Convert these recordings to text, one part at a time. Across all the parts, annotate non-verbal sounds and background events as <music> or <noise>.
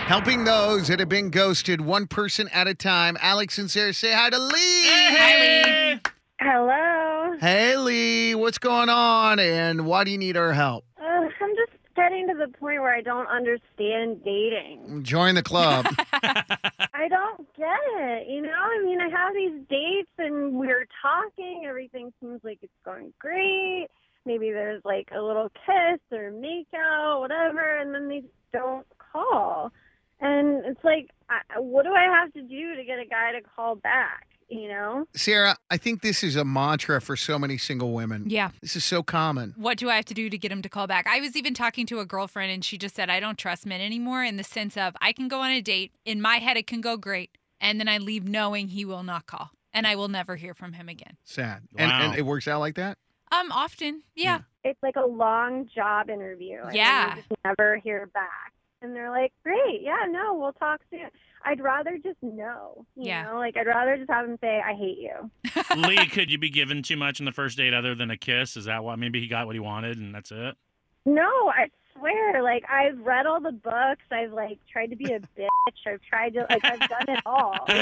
Helping those that have been ghosted one person at a time. Alex and Sarah say hi to Lee. Hello. Hey, Lee, what's going on and why do you need our help? Uh, I'm just getting to the point where I don't understand dating. Join the club. I don't get it. You know, I mean, I have these dates and we're talking. Everything seems like it's going great. Maybe there's like a little kiss or makeout, whatever, and then they don't call. And it's like, I, what do I have to do to get a guy to call back? You know? Sarah, I think this is a mantra for so many single women. Yeah. This is so common. What do I have to do to get him to call back? I was even talking to a girlfriend and she just said, I don't trust men anymore in the sense of I can go on a date, in my head, it can go great. And then I leave knowing he will not call and I will never hear from him again. Sad. And, Wow. and it works out like that? Um, often. Yeah. it's like a long job interview. and Yeah. You just never hear back. And they're like, great. Yeah, no, we'll talk soon. I'd rather just know. You Yeah. Know? Like, I'd rather just have him say, I hate you. Lee, could you be given too much on the first date other than a kiss? Is that why? Maybe he got what he wanted and that's it. No, I swear. Like, I've read all the books. I've, like, tried to <laughs> be a bitch. I've tried to, like, I've done it all. You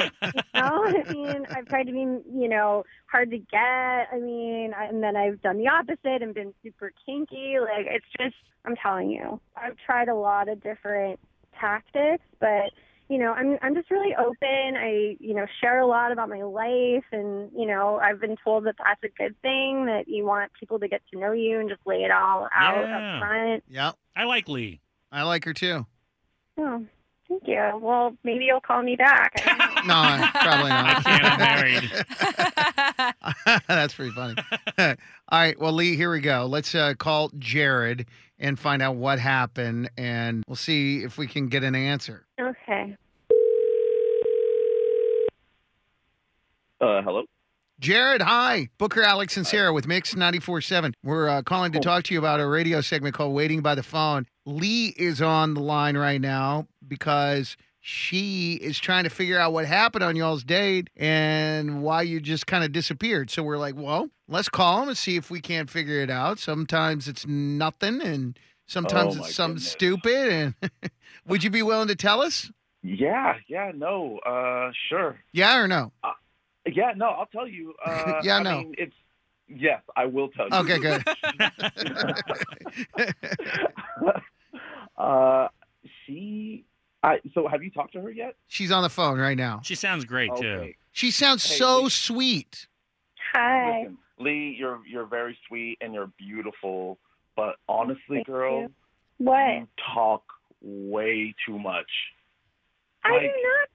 know? I mean, I've tried to be, you know, hard to get. I mean, I- and then I've done the opposite and been super kinky. Like, it's just, I'm telling you, I've tried a lot of different tactics, but you know, I'm I'm just really open. I you know share a lot about my life, and you know, I've been told that that's a good thing. That you want people to get to know you and just lay it all out Yeah. up front. Yeah. I like Lee. I like her too. Oh, thank you. Well, maybe you'll call me back. I don't know. No, probably not. I can't. I'm married. <laughs> That's pretty funny. <laughs> All right. Well, Lee, here we go. Let's uh, call Jared and find out what happened, and we'll see if we can get an answer. okay. Uh, hello. Jared, hi. Booker, Alex, and Sarah with Mix 94.7. We're uh, calling to talk to you about a radio segment called Waiting by the Phone. Lee is on the line right now because she is trying to figure out what happened on y'all's date and why you just kind of disappeared. So we're like, well, let's call him and see if we can't figure it out. Sometimes it's nothing and sometimes Oh, my it's something goodness. stupid. And <laughs> would you be willing to tell us? Yeah, yeah, no, uh, sure. Yeah or no? Yeah, no, I'll <laughs> tell you. Uh, Yeah, I no. mean, it's yes, I will tell you. Okay, good. <laughs> uh, she. I, so, have you talked to her yet? She's on the phone right now. She sounds great too. Okay. She sounds Hey, so Lee. sweet. Hi. Listen, Lee, you're you're very sweet and you're beautiful, but honestly, Thank girl, you. What? you talk way too much. I do like-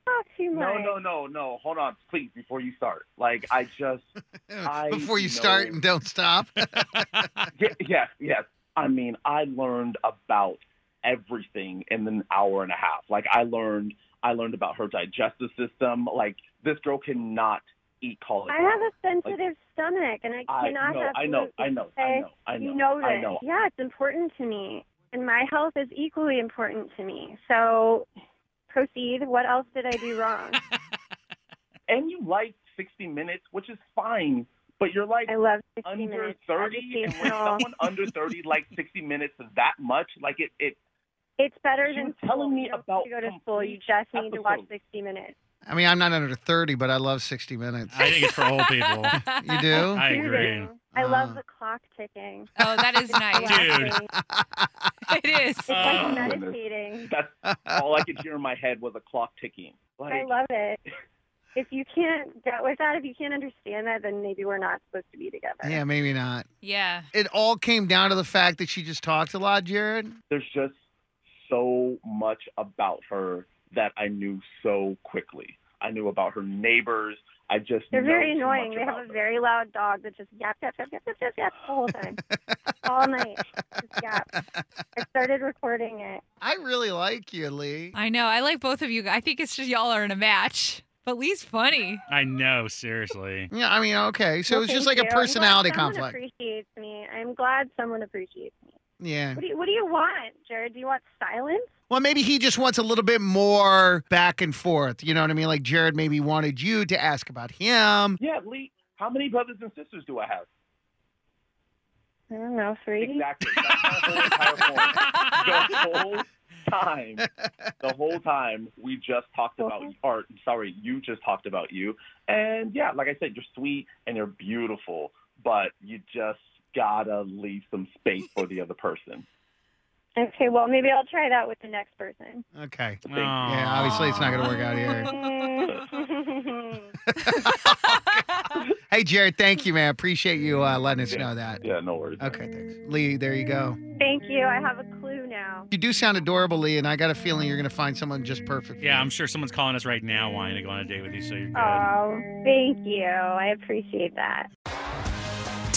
not talk too much. No, no, no, no. Hold on, please, before you start. Like, I just I Before you start know. and don't stop. Ye- yes, yes. I mean, I learned about everything in an hour and a half. Like I learned, I learned about her digestive system. Like this girl cannot eat cauliflower. I have a sensitive stomach, and I I cannot know, have. I know, gluten, I know, okay? I know, I know, You know I this. know. Yeah, it's important to me, and my health is equally important to me. So, proceed. What else did I do <laughs> wrong? And you like 60 minutes, which is fine, but you're like I love 60 under minutes. 30, and when educational. someone under 30 likes 60 minutes that much, like it, it it's better She than was telling school. me you don't about have to go to school. You just need to watch 60 minutes. I mean, I'm not under 30, but I love 60 Minutes. I think it's for old people. You do? I Do agree. this. I love Uh. the clock ticking. <laughs> oh, that is <laughs> nice. Dude. Relaxing. <laughs> it is. It's Oh, like goodness. meditating. that's all I could hear in my head was a clock ticking. Like, I love <laughs> it. If you can't get with that, if you can't understand that, then maybe we're not supposed to be together. yeah, maybe not. Yeah. It all came down to the fact that she just talks a lot, Jared. there's just so much about her that I knew so quickly. I knew about her neighbors. I just They're know very too annoying. much They have about a them. very loud dog that just yaps, yaps, yaps, yaps, yaps, yaps the <laughs> whole time, all night. Just yap. I started recording it. I really like you, Lee. I know. I like both of you. I think it's just y'all are in a match. But Lee's funny. I know, seriously. Yeah, I mean, okay. So Well, it's just thank like you. a I'm glad personality someone conflict. Appreciates me. I'm glad someone appreciates me. yeah. What do you What do you want, Jared? Do you want silence? Well, maybe he just wants a little bit more back and forth. You know what I mean? Like Jared maybe wanted you to ask about him. Yeah, Lee, how many brothers and sisters do I have? I don't know. Three. Exactly. That's my whole entire point. The whole time, the whole time, we just talked about, Uh-huh. or sorry, you just talked about you. And yeah, like I said, you're sweet and you're beautiful, but you just gotta leave some space for the other person. Okay. Well, maybe I'll try that with the next person. <laughs> Okay. Thank you. Yeah, Aw. obviously it's not going to work out here. Mm. Hey, Jared, thank you, man. Appreciate you uh, letting us Yeah. know that. Yeah, no worries. Okay, thanks. Lee, there you go. Thank you. I have a clue now. You do sound adorable, Lee, and I got a feeling you're going to find someone just perfect. for Yeah, you. I'm sure someone's calling us right now wanting to go on a date with you, so you're good. Oh, thank you. I appreciate that.